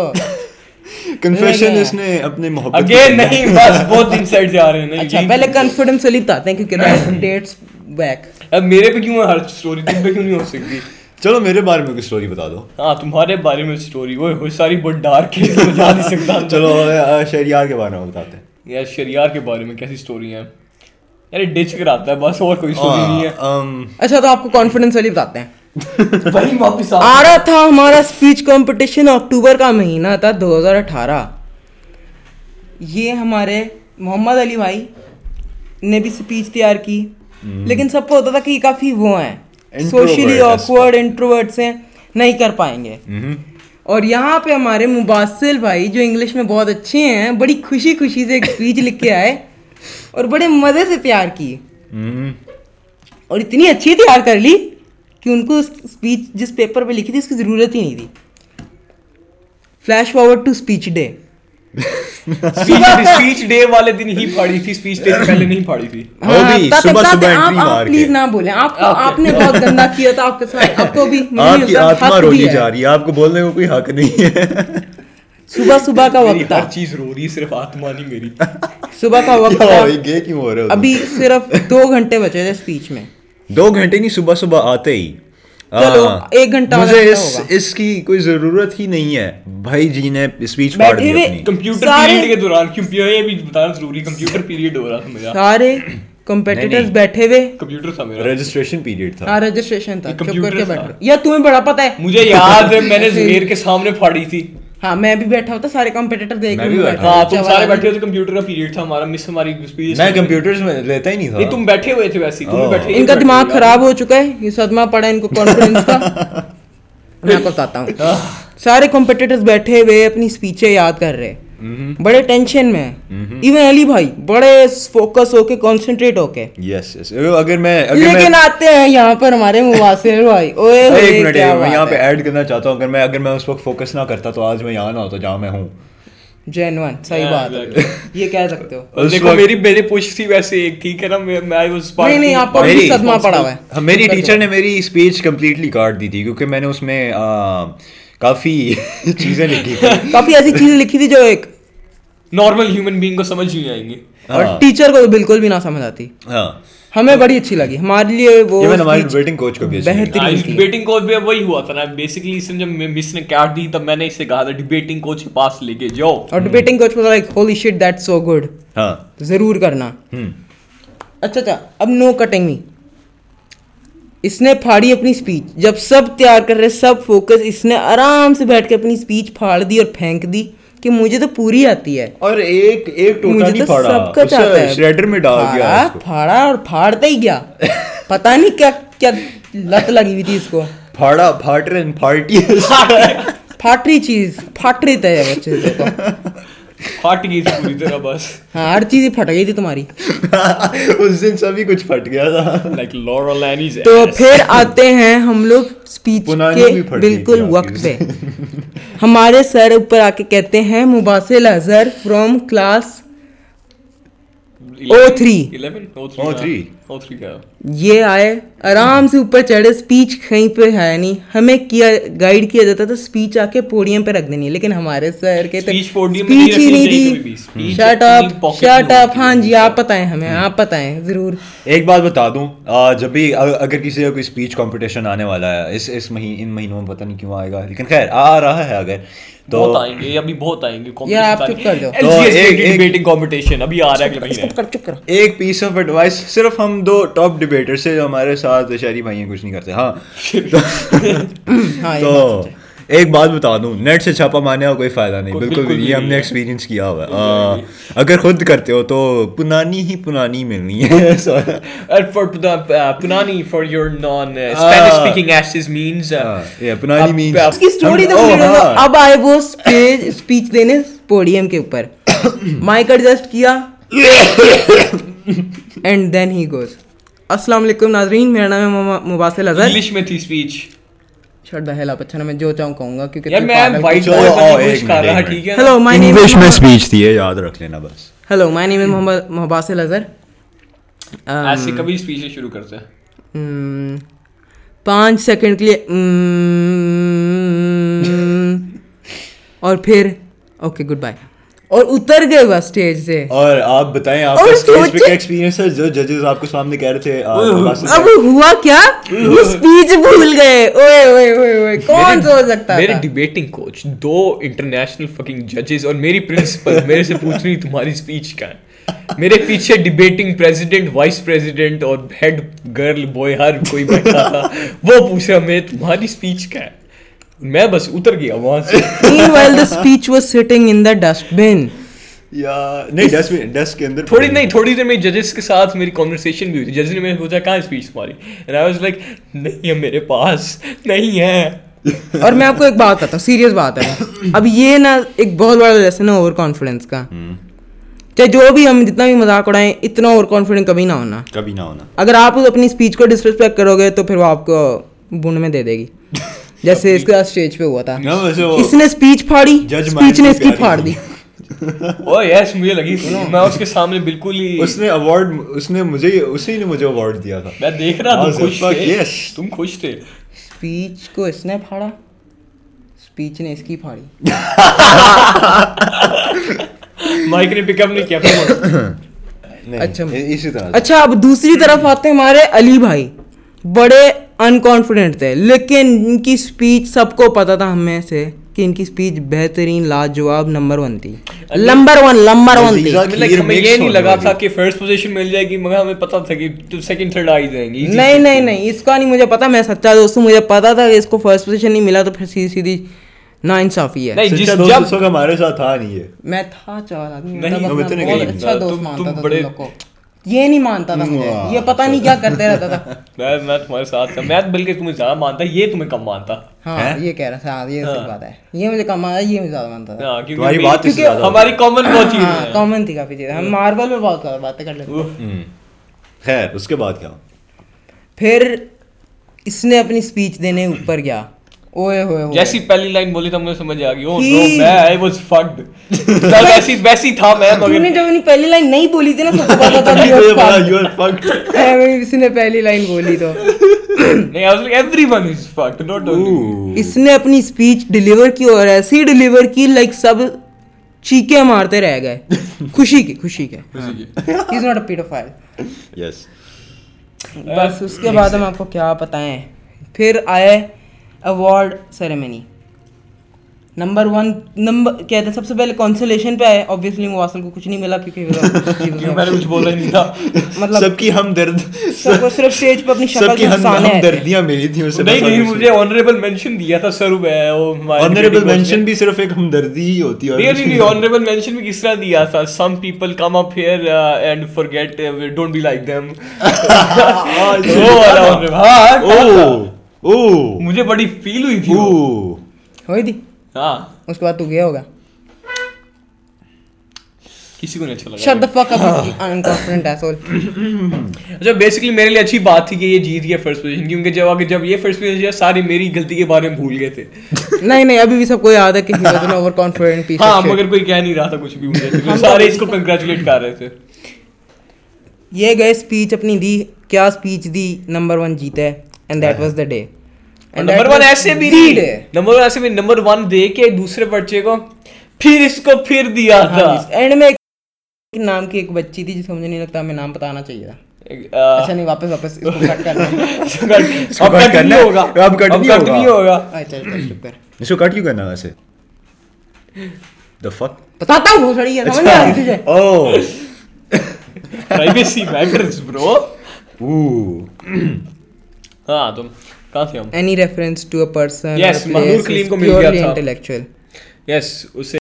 S3: کنفیشن اس نے اپنے محبت
S2: اگین نہیں بس بہت انسائڈ جا رہے ہیں نہیں،
S1: اچھا
S2: نہیں۔
S1: پہلے کانفیڈنس والی بتاتے ہیں کیونکہ ڈیٹس بیک
S2: اب میرے پہ کیوں ہے ہر سٹوری تم پہ کیوں نہیں ہو سکتی
S3: چلو میرے بارے میں کوئی اسٹوری بتا دو
S2: ہاں تمہارے بارے میں سٹوری وہ وہ ساری بہت ڈارک ہے سمجھا نہیں سکتا ہم۔
S3: چلو آہ، شہریار کے بارے میں بتاتے ہیں
S2: یار شریار کے بارے میں کیسی سٹوری ہیں یار ڈچ کراتا ہے بس اور کوئی سٹوری
S3: ہاں۔
S2: نہیں ہے
S3: آہ، آم،
S1: اچھا تو آپ کو کانفیڈنس والی بتاتے ہیں
S2: وہی واپس
S1: *laughs*
S2: آ
S1: آ رہا تھا ہمارا اسپیچ کمپٹیشن اکتوبر کا مہینہ تھا دو ہزار اٹھارہ یہ ہمارے محمد علی بھائی نے بھی اسپیچ تیار کی لیکن سب کو ہوتا تھا کہ یہ کافی وہ ہیں socially
S3: Introvert as
S1: awkward introverts ہیں نہیں کر پائیں گے اور یہاں پہ ہمارے مباصل بھائی جو انگلش میں بہت اچھے ہیں بڑی خوشی خوشی سے ایک اسپیچ لکھ کے آئے اور بڑے مزے سے تیار کی
S3: ہوں
S1: اور اتنی اچھی تیار کر لی کہ ان کو اسپیچ جس پیپر پہ لکھی تھی اس کی ضرورت ہی نہیں تھی flash forward to speech day
S2: speech day والے دن ہی پھاڑی تھی اسپیچ ڈے سے پہلے نہیں پھاڑی تھی
S1: پلیز نہ بولیں آپ آپ نے بہت گندا کیا تھا آپ کے ساتھ آپ کو بھی
S3: آپ کی آتما روکی جا رہی ہے آپ کو بولنے کو کوئی حق
S1: *laughs*
S3: نہیں ہے
S1: صبح صبح کا
S2: میری
S1: وقت تھا
S2: ہر چیز رو رہی صرف آتما نہیں میری
S1: صبح کا وقت تھا
S3: گے کیوں ہو رہے ہو
S1: ابھی صرف دو گھنٹے بچے تھے اسپیچ میں
S3: دو گھنٹے نہیں صبح صبح آتے ہی
S1: چلو، ایک گھنٹہ
S3: مجھے
S1: اور
S3: اس
S1: لگتا ہوگا۔
S3: اس کی کوئی ضرورت ہی نہیں ہے بھائی جی نے اسپیچ پاڑ
S1: بیٹھے
S3: دی
S1: ہوئے
S3: اپنی
S2: کمپیوٹر پیریڈ کے دوران کیوں یہ بھی بتانا ضروری کمپیوٹر پیریڈ ہو رہا تھا میرا
S1: سارے کمپیٹیٹرز بیٹھے ہوئے
S2: کمپیوٹر تھا میرا
S3: رجسٹریشن پیریڈ تھا
S1: ہاں رجسٹریشن تھا چپ کر کے بیٹھے یا تمہیں بڑا پتا ہے
S2: مجھے یاد ہے
S1: *laughs*
S2: میں نے زبیر کے سامنے پھاڑی تھی
S1: ہاں میں بھی بیٹھا ہوتا سارے کمپیٹیٹر دیکھ رہے
S2: ہاں تم سارے بیٹھے ہوئے کمپیوٹر کا پیریڈ تھا ہمارا مس ہماری
S3: میں کمپیوٹر ہاں۔ میں لیتا ہی نہیں
S2: نہیں
S3: تھا
S2: تم بیٹھے ہوئے تھے ویسے تم بیٹھے
S1: ان کا دماغ خراب ہو چکا ہے یہ صدمہ پڑا ہے ان کو کانفیڈنس
S3: *laughs*
S1: کا میں آپ کو بتاتا ہوں سارے کمپٹیٹرز بیٹھے ہوئے اپنی اسپیچیں یاد کر رہے بڑے ٹینشن میں ہیں ایون علی بھائی بڑے فوکس ہو کے کانسنٹریٹ ہو کے
S3: یس یس اگر میں اگر میں
S1: لیکن آتے ہیں یہاں پر ہمارے مواصل بھائی اوئے
S3: ایک منٹ میں یہاں پہ ایڈ کرنا چاہتا ہوں اگر میں اگر میں اس وقت فوکس نہ کرتا تو آج میں یہاں نہ ہوتا جہاں میں ہوں
S1: جینون صحیح بات ہے یہ کہہ
S3: *laughs*
S1: سکتے ہو
S2: دیکھو میری میرے پوچھ تھی ویسے ایک ٹھیک ہے نا میں واز
S1: نہیں نہیں آپ کو بھی صدمہ پڑا ہوا ہے
S3: میری ٹیچر نے میری اسپیچ کمپلیٹلی کاٹ دی تھی کیونکہ میں نے اس میں کافی چیزیں لکھی تھی
S1: کافی ایسی چیز لکھی تھی جو ایک
S2: نارمل ہیومن بینگ کو سمجھ نہیں آئیں گے
S1: اور ٹیچر کو بالکل بھی نہ سمجھ آتی
S3: ہاں
S1: ہمیں بڑی اچھی لگی ہمارے لیے وہ
S3: ایون ہمارے ویٹنگ کوچ کو بھی
S2: ڈبیٹنگ کوچ بھی وہی ہوا تھا نا بیسکلی اس جب مس نے کاٹ دی تب میں نے اس سے کہا تھا ڈبیٹنگ کوچ کے پاس لے کے جاؤ
S1: اور
S3: Hmm.
S1: ڈبیٹنگ کوچ کو like holy shit that so good
S3: ہاں
S1: ضرور کرنا اچھا اچھا اب نو کٹنگ بھی اس نے پھاڑی اپنی اسپیچ جب سب تیار کر رہے سب فوکس اس نے آرام سے بیٹھ کے اپنی اسپیچ پھاڑ دی اور پھینک دی کہ مجھے تو پوری آتی ہے
S3: اور ایک ایک ٹوٹا
S1: مجھے
S3: نہیں
S1: تو سب کا
S3: پھاڑا
S1: چاہتا ہے
S3: شریڈر میں ڈال دیا
S1: پھاڑا پھاڑا اور پھاڑتا ہی گیا پتا نہیں کیا کیا لت لگی ہوئی تھی اس کو
S3: پھاڑا پھاٹرن پھارٹی
S1: *laughs* پھاٹری چیز پھاٹ رہی تھی بچے سے تو۔
S2: پھاٹ گئی تھی پوری طرح بس
S1: ہاں ہر چیز ہی پھٹ گئی تھی تمہاری
S3: *laughs* اس دن سبھی کچھ پھٹ گیا تھا
S2: لائک لورا لینیز
S1: تو پھر آتے ہیں ہم لوگ اسپیچ
S3: پرانی بھی
S1: کے
S3: پھٹ گئی
S1: بالکل
S3: تھی
S1: وقت
S3: آپ
S1: پہ
S3: کی۔
S1: *laughs* ہمارے سر اوپر آ کے کہتے ہیں Mubasil Azhar from class O three
S2: 11 O3 کا
S1: یہ آئے آرام سے اوپر چڑھے اسپیچ کہیں پہ ہے نہیں ہمیں کیا گائیڈ کیا جاتا تھا اسپیچ آ کے پوڈیم پہ رکھ دینی ہے لیکن ہمارے سر کے
S2: Speech podium میں نہیں
S1: اسپیچ ہی
S2: رکھنی
S1: نہیں
S2: چاہیے کبھی بھی۔
S1: دی
S2: Speech
S1: شٹ
S2: اپنی
S1: اپ
S2: pocket میں
S1: شٹ
S2: ہوتی
S1: اپ ہاں جی آپ بتائیں ہمیں آپ بتائیں ضرور
S3: ایک بات بتا دوں آ، جب بھی اگر اگر کسی کا کوئی اسپیچ کمپٹیشن آنے والا ہے اس اس مہینے ان مہینوں میں پتہ نہیں کیوں آئے گا لیکن خیر آ رہا ہے اگر تو
S2: بہت آئیں گے ابھی بہت آئیں گے
S1: آپ چپ کر دو۔
S2: ڈبیٹنگ کمپٹیشن ابھی آ رہا ہے اگلے مہینے *laughs*
S1: چپ کر چپ کر
S3: ایک پیس آف ایڈوائس صرف ہم دو ٹاپ ڈبیٹر سے جو ہمارے ساتھ شہری بھائی ہیں کچھ نہیں کرتے ہاں
S1: ہاں یہ
S3: تو ایک بات بتا دوں نیٹ سے چھاپا مارنے کا کوئی فائدہ نہیں بالکل بھی یہ ہم نے ایکسپیرینس کیا ہوا ہے اگر خود کرتے ہو تو پنانی ہی پنانی ملنی ہے
S2: And for Puna- uh, Punani, for your non uh, Spanish speaking ashes means uh,
S3: پنانی مینس
S1: اس کی اسٹوری تو بھیڑ ہوگا۔ اب آئے وہ اسپیچ اسپیچ دینے پوڈیم کے اوپر مائک ایڈجسٹ کیا اینڈ دین ہی گوز السلام علیکم ناظرین میرا نام ہے مما- مباصل اظہر
S2: English میں تھی speech
S1: چھٹ دا ہیل اپ اچھا نا میں جو چاہوں کہوں گا کیونکہ
S2: یار
S1: تو
S2: میں
S1: پاگل-
S2: white
S3: چلو،
S2: boy
S3: آؤ،
S2: بننے
S3: ایک
S2: کوشش کر
S3: منٹ،
S2: رہا
S3: ایک
S2: ٹھیک ہے
S1: ہیلو مائی نیم
S3: انگلش میں اسپیچ تھی ہے یاد رکھ لینا بس
S1: hello my name is Muhammad Mubasil Azhar
S2: ایسے کبھی speech شروع کرتے ہیں
S1: ہم، پانچ سیکنڈ کے لیے ہم، اور پھر اوکے گڈ بائے اور اتر گئے بس اسٹیج سے
S3: اور آپ بتائیں آپ کا اسٹیج پہ کیا ایکسپیرینس ہے جو ججز آپ کے سامنے کہہ رہے تھے
S1: اب ہوا کیا اسپیچ بھول گئے اوئے اوئے اوئے اوئے کون سوچ سکتا
S2: میرے
S1: تھا
S2: ڈبیٹنگ کوچ دو انٹرنیشنل فکنگ ججز اور میری پرنسپل میرے سے پوچھ رہی تمہاری اسپیچ کا ہے میرے پیچھے ڈبیٹنگ پریزیڈنٹ وائس پریزیڈنٹ اور ہیڈ گرل بوائے ہر کوئی بیٹھا تھا وہ پوچھ رہا میں تمہاری اسپیچ کا ہے میں بس اتر گیا وہاں سے
S1: meanwhile the speech was sitting in the dustbin
S3: یا نہیں ڈیسک ڈیسک کے اندر
S2: تھوڑی نہیں تھوڑی دیر میں ججز کے ساتھ میری کانورسیشن بھی ہوئی تھی ججز نے میرے پوچھا کہاں اسپیچ تمہاری And I was like, نہیں ہے میرے پاس نہیں ہے
S1: اور میں آپ کو ایک بات بتاتا ہوں سیریس بات ہے اب یہ نا ایک بہت بڑا لیسن ہے اوور کانفیڈنس کا چاہے جو بھی ہم جتنا بھی مذاق اڑائیں اتنا اوور کانفیڈنٹ کبھی نہ ہونا
S3: کبھی نہ ہونا
S1: اگر آپ اپنی اسپیچ کو ڈسرسپیکٹ کرو گے تو پھر وہ آپ کو بن میں دے دے گی جیسے اس کے ساتھ اسٹیج پہ ہوا تھا
S3: نہ ویسے وہ
S1: اس نے اسپیچ پھاڑی اسپیچ نے اس کی پھاڑ دی
S2: اوہ یس Oh, مجھے لگی میں اس کے سامنے بالکل ہی
S3: اس نے ایوارڈ اس نے مجھے اسی نے مجھے ایوارڈ دیا تھا
S1: اچھا۔
S2: میں دیکھ رہا تم خوش تھے
S3: یس
S2: تم خوش تھے
S1: اسپیچ کو اس نے پھاڑا اسپیچ نے اس کی پھاڑی
S2: مائک نے پک اپ نہیں کیا
S3: اچھا اسی طرح
S1: اچھا اب دوسری طرف آتے ہیں ہمارے علی بھائی بڑے ان کانفیڈنٹ تھے لیکن ان کی اسپیچ سب کو پتا تھا ہمیں سے کہ ان کی اسپیچ بہترین لاجواب نمبر ون تھی نمبر ون نمبر ون تھی
S2: مطلب ہمیں یہ نہیں لگا تھا کہ فرسٹ پوزیشن مل جائے گی مگر ہمیں پتا تھا کہ سیکنڈ تھرڈ آ ہی جائیں گی
S1: نہیں نہیں نہیں اس کا نہیں مجھے پتا میں سچا دوست ہوں مجھے پتا تھا کہ اس کو فرسٹ پوزیشن نہیں ملا تو پھر سیدھی سیدھی نا انصافی ہے
S2: نہیں جس
S3: سچا
S2: جب
S3: دوست کا ہمارے ساتھ تھا نہیں یہ
S1: میں تھا چار آدمی
S2: نہیں،
S1: مطلب
S3: ہم
S1: اپنا
S3: اتنے
S1: بہت
S3: غریب
S1: اچھا
S2: تھا۔
S1: دوست
S2: تم-
S1: مانتا
S2: تم
S1: تھا
S2: بڑے- اچھا۔
S1: لوگوں کو۔ یہ نہیں مانتا تھا مجھے یہ پتہ نہیں کیا کرتے رہتا تھا
S2: *laughs* میں میں تمہارے ساتھ تھا میں بلکہ تمہیں زیادہ مانتا یہ تمہیں کم مانتا
S1: ہاں یہ کہہ رہا تھا ہاں، یہ صحیح بات ہے یہ مجھے کم آیا یہ مجھے زیادہ مانتا تھا
S2: ہاں
S3: تمہاری بات اس سے زیادہ
S2: ہماری کامن بہت چیز
S1: ہاں کامن تھی کافی چیز ہم ماربل میں بہت زیادہ باتیں کر لیتے ہیں۔
S3: خیر اس کے بعد کیا
S1: پھر اس نے اپنی اسپیچ دینے اوپر گیا اوئے ہوئے ہوئے
S2: جیسی پہلی لائن بولی تو ہم نے سمجھ آ گئی او
S1: He-
S2: نو میں آئی واز فکڈ ویسی ویسی تھا
S1: *laughs*
S2: میں
S1: تم
S2: مگر
S1: نے جب اپنی پہلی لائن نہیں بولی تھی نا
S2: *laughs*
S1: سب کو پتا تھا
S3: *laughs*
S1: کہ
S3: یہ
S1: یہ
S3: بڑا
S1: fuck
S3: یو آر فکڈ
S1: ہے، بھئی، اس نے پہلی لائن بولی تو
S2: نہیں I was like everyone is fucked not only
S1: اس نے اپنی اسپیچ ڈلیور کی اور ایسی ڈلیور کی لائک سب چیخیں مارتے رہ گئے خوشی کی خوشی کے is not a paedophile
S3: yes ہاں۔
S1: بس اس کے بعد ہم آپ کو کیا بتائیں پھر آئے award ceremony number one number کہتے ہیں سب سے پہلے کانسولیشن پہ آئے آبویسلی مواصل کو کچھ نہیں ملا
S3: *laughs*
S1: کیونکہ
S2: میں نے کچھ بولا ہی نہیں تھا
S1: مطلب
S3: سب کی ہمدرد
S1: سب کو صرف اسٹیج پہ اپنی
S3: سب
S1: شکل
S3: کی
S1: سے نقصان ہے
S3: ہمدردیاں ملی تھیں اسے
S2: نہیں نہیں مجھے آنریبل مینشن دیا تھا سر میں وہ
S3: آنریبل مینشن بھی صرف ایک ہمدردی ہی ہوتی
S2: نہیں نہیں آنریبل مینشن بھی کس طرح دیا تھا some people come up here and forget don't be like them وہ والا
S3: Oh.
S2: honorable- ہاں ہاں،
S3: او
S2: مجھے بڑی فیل ہوئی تھی وہ۔
S3: او
S1: ہوئی دی
S2: ہاں
S1: اس کے بعد تو گیا ہوگا
S2: کسی کو نہیں اچھا لگا
S1: شٹ دا فک اپ انکانفیڈنٹ ایسول
S2: اچھا بیسکلی میرے لیے اچھی بات تھی کہ یہ جیت گیا فرسٹ پوزیشن کیونکہ جب آگے جب یہ فرسٹ پوزیشن سارے میری غلطی کے بارے میں بھول گئے تھے
S1: نہیں نہیں ابھی بھی سب کو یاد ہے کہ he was an overconfident piece of
S2: ہاں
S1: shit.
S2: مگر کوئی کہہ نہیں رہا تھا کچھ بھی مجھے سارے اس کو کنگریچولیٹ کر رہے تھے
S1: یہ گئے اسپیچ اپنی دی کیا اسپیچ دی نمبر ون جیتے and that was the day
S2: number one ایسے بھی نہیں نمبر ون ایسے بھی نمبر ون دے کے دوسرے بچے کو پھر اس کو پھر دیا تھا
S1: اینڈ میں ایک نام کی ایک بچی تھی جس کا مجھے نہیں لگتا ہمیں نام بتانا چاہیے تھا اچھا نہیں واپس واپس اس کو کٹ کرنا
S2: اب کٹ نہیں ہوگا اب کٹ نہیں ہوگا
S1: اچھا چل چپ کر
S3: اس کو کٹ کیوں کرنا ویسے دا فک
S1: بتاتا ہوں گھوسڑی ہے سمجھ نہیں آ رہی تجھے
S3: oh
S2: privacy matters bro
S3: oh
S2: ہاں تم کہاں تھے ہم
S1: any reference to a person
S2: Yes, Mahnoor Kaleem کو مل گیا تھا۔
S1: انٹلیکچوئل
S2: یس اسے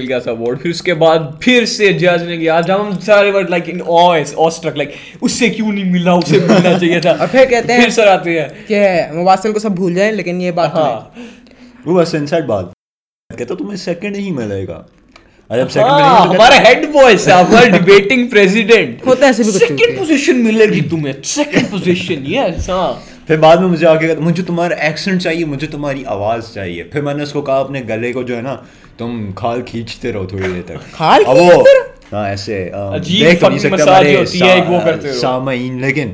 S2: مل گیا تھا اوارڈ پھر اس کے بعد پھر سے جج نے کیا جب ہم سارے word like in os ostrich like اس سے کیوں نہیں ملا اسے ملنا چاہیے تھا
S1: اور پھر کہتے ہیں
S2: پھر سر آتے ہیں
S1: کہ مواصل کو سب بھول جائیں لیکن یہ بات
S2: ہاں
S3: وہ بس انسائٹ بات کہتا تمہیں سیکنڈ نہیں ملے گا ارے
S2: ہاں
S3: اب سیکنڈ
S2: ہمارا ہیڈ بوائے
S1: *laughs*
S2: صاحب ہمارا ڈیبیٹنگ پریزیڈنٹ
S1: ہوتا ہے ایسے بھی کچھ
S2: سیکنڈ پوزیشن ملے گی تمہیں سیکنڈ پوزیشن یس ہاں
S3: پھر بعد میں مجھے آ کے کہتا مجھے تمہارا ایکسنٹ چاہیے مجھے تمہاری آواز چاہیے پھر میں نے اس کو کہا اپنے گلے کو جو ہے نا تم کھال کھینچتے رہو تھوڑی دیر تک
S1: کھال
S3: اب وہ-
S1: کھینچتے
S3: ہاں ایسے ام،
S2: عجیب
S3: دیکھ تو
S2: fucking
S3: نہیں سکتے
S2: massage
S3: ہمارے
S2: ہوتی ہے، ایک وہ کرتے
S3: سا-
S2: رہو۔
S3: سامعین لیکن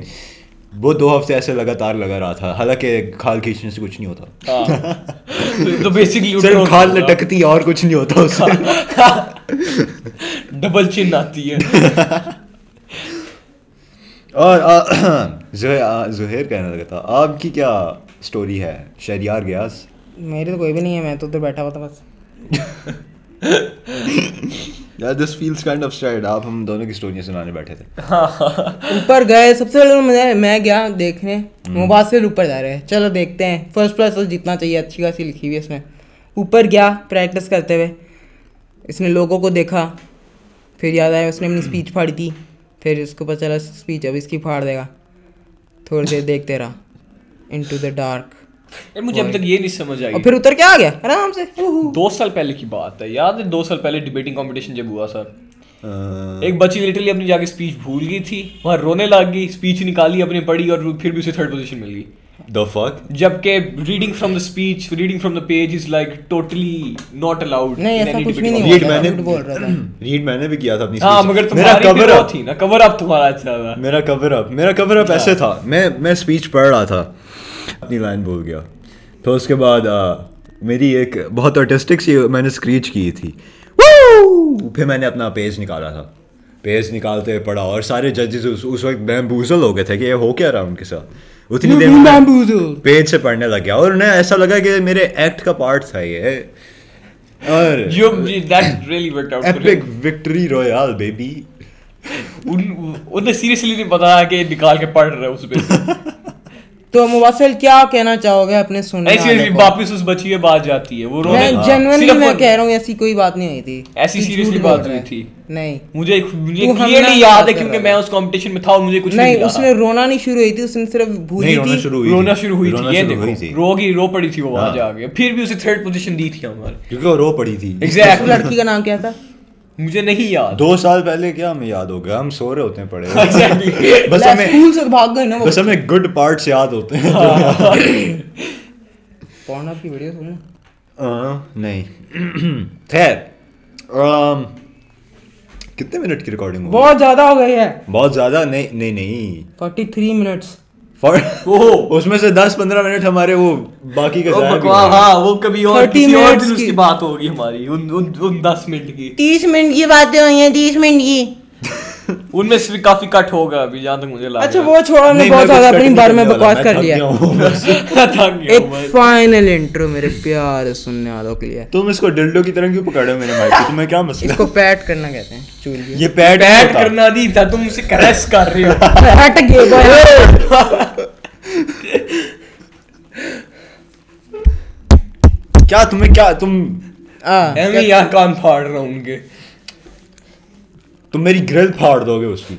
S3: وہ دو ہفتے ایسے لگاتار لگا رہا تھا حالانکہ کھال کھینچنے سے کچھ نہیں ہوتا
S2: ہاں۔ تو بیسکلی
S3: صرف
S2: *laughs*
S3: کھال لٹکتی اور کچھ نہیں ہوتا اس سے
S2: ڈبل چن
S1: *laughs*
S2: آتی ہے
S3: اور زہیر کہنے لگا تھا آپ کی کیا سٹوری ہے شہریار گیاس
S1: میرے تو کوئی بھی نہیں ہے میں تو ادھر بیٹھا ہوا تھا بس
S3: یار this feels kind of sad آپ ہم دونوں کی سٹوریاں سنانے بیٹھے تھے
S1: اوپر گئے سب سے پہلے مزہ ہے میں گیا دیکھنے مباصر اوپر جا رہے ہیں چلو دیکھتے ہیں فرسٹ پلیس تو جیتنا چاہیے اچھی خاصی لکھی ہوئی ہے اس میں اوپر گیا پریکٹس کرتے ہوئے اس نے لوگوں کو دیکھا پھر یاد آیا اس نے اپنی اسپیچ پھاڑی تھی پھر اس کو پتہ چلا اسپیچ اب اس کی پھاڑ دے گا تھوڑی دیر دیکھتے رہا ان ٹو دا ڈارک
S2: یار مجھے اب تک یہ نہیں سمجھ آئی
S1: اور پھر اتر کے آ گیا آرام سے اوہو۔
S2: دو سال پہلے کی بات ہے یاد ہے دو سال پہلے ڈبیٹنگ کمپٹیشن جب ہوا تھا ایک بچی لٹرلی اپنی جا کے اسپیچ بھول گئی تھی وہاں رونے لگ گئی اسپیچ نکالی اپنی پڑھی اور پھر بھی اسے تھرڈ پوزیشن مل گئی
S3: دا فک
S2: جبکہ reading from the speech reading from the page is like totally not allowed
S1: نہیں ایسا کچھ بھی نہیں
S3: ریڈ
S1: ہوا
S3: میں نے
S1: جھوٹ بول رہا تھا
S3: *clears throat* ریڈ میں نے بھی کیا تھا اپنی
S2: ہاں
S3: speech میں۔
S2: مگر
S3: میرا
S2: تمہاری
S3: کور
S2: بھی وہ
S3: اپ
S2: تھی نا کور اپ تمہارا اچھا تھا
S3: میرا کور اپ میرا کور اپ ایسے تھا میں میں اسپیچ پڑھ رہا تھا اپنی لائن بول گیا تو اس کے بعد میری ایک بہت آرٹسٹک سی میں نے اسکریچ کی تھی پھر میں نے اپنا پیج نکالا تھا پیج نکالتے پڑھا اور سارے ججز اس وقت بمبوزل ہو گئے تھے کہ یہ ہو کیا رہا ان کے ساتھ اتنی دیر پیج سے پڑھنے لگ گیا اور انہیں ایسا لگا کہ میرے ایکٹ کا پارٹ تھا یہ اور
S2: you that really work out
S3: epic victory royal baby
S2: ان نے سیریسلی نہیں پتا کہ نکال کے پڑھ رہے
S1: *laughs*
S2: اس پہ
S1: تو مواصل کیا کہنا چاہو گے اپنے سننے
S2: نہیں سیریسلی
S1: والوں کو
S2: واپس اس بچی پہ بات جاتی ہے وہ
S1: میں
S2: رونے
S1: جنرلی
S2: صرف
S1: میں
S2: وہ-
S1: کہہ رہا ہوں ایسی کوئی بات نہیں ہوئی تھی
S2: ایسی
S1: تو
S2: seriously
S1: جھوٹ
S2: بات
S1: بول
S2: ہوئی
S1: رہا ہے۔
S2: تھی۔
S1: نہیں
S2: مجھے مجھے
S1: وہ ہم
S2: clearly
S1: نے
S2: یاد
S1: بات
S2: ہے
S1: کر
S2: کیونکہ
S1: رہا
S2: میں اس کمپٹیشن میں تھا اور مجھے کچھ نہیں
S1: نہیں
S2: ملا
S1: اس نے رونا نہیں شروع ہوئی تھی اس نے صرف بھولی
S3: نہیں رونا
S1: تھی
S3: شروع ہوئی
S2: رونا شروع ہوئی تھی یہ دیکھو
S3: کیونکہ
S2: رو گئی رو پڑی تھی وہ وہاں جا کے پھر بھی اسے تھرڈ پوزیشن دی تھی ہمارے
S3: وہ رو پڑی تھی
S1: اس
S2: ایگزیکٹلی
S1: لڑکی کا نام کیا تھا
S2: مجھے نہیں یاد
S3: دو سال پہلے کیا ہمیں یاد ہو گیا ہم سو رہے ہوتے ہیں پڑے ہوئے۔
S2: ایگزیکٹلی
S3: بس
S1: Last
S3: ہمیں
S1: school سے بھاگ گئی نا وہ
S3: بس ہمیں گڈ پارٹس یاد ہوتے ہیں *laughs*
S1: پورن اپ کی ویڈیو سن
S3: ہاں، *clears throat* نہیں خیر آم، کتنے منٹ کی ریکارڈنگ ہو
S1: بہت زیادہ ہو گئی ہے
S3: بہت زیادہ نہیں نہیں نہیں
S1: 43 منٹس
S3: For- اس میں سے دس پندرہ منٹ ہمارے وہ باقی کا ضائع بھی ہو گئے۔
S2: ہاں وہ کبھی اور
S1: 30
S2: کسی اور
S1: minutes
S2: دن اس کی
S1: کی۔
S2: بات ہوگی ہماری ان ان ان دس منٹ کی
S1: 30 منٹ کی باتیں ہوئی ہیں 30 منٹ کی
S2: ان میں سے بھی کافی کٹ ہوگا ابھی جہاں تک مجھے لگا
S1: اچھا وہ چھوڑا ہم نے
S3: نہیں، میں
S1: بہت
S3: کچھ
S1: زیادہ
S3: cut
S1: اپنی
S3: نہیں
S1: بارے میں
S3: کرنے والا،
S1: بکواس
S3: میں
S1: کر
S3: تھک
S1: لیا
S3: گیا ہوں بس۔
S1: ایک فائنل انٹرو میرے پیارے سننے والوں کے لیے
S3: تم اس کو ڈلڈو کی طرح کیوں پکڑے ہو میرے بھائی کو؟ تمہیں کیا مسئلہ
S1: اس *laughs* کو پیٹ کرنا کہتے ہیں چول
S3: یہ پیٹ
S2: ایڈ کرنا نہیں تھا تم اسے کریس کر رہے ہو
S1: *laughs* ہٹ *laughs* گئے
S3: کیا تمہیں کیا تم
S2: میں یہاں کان پھاڑ رہا ہوں ان کے
S3: تم میری گرل پھاڑ دو گے اس کی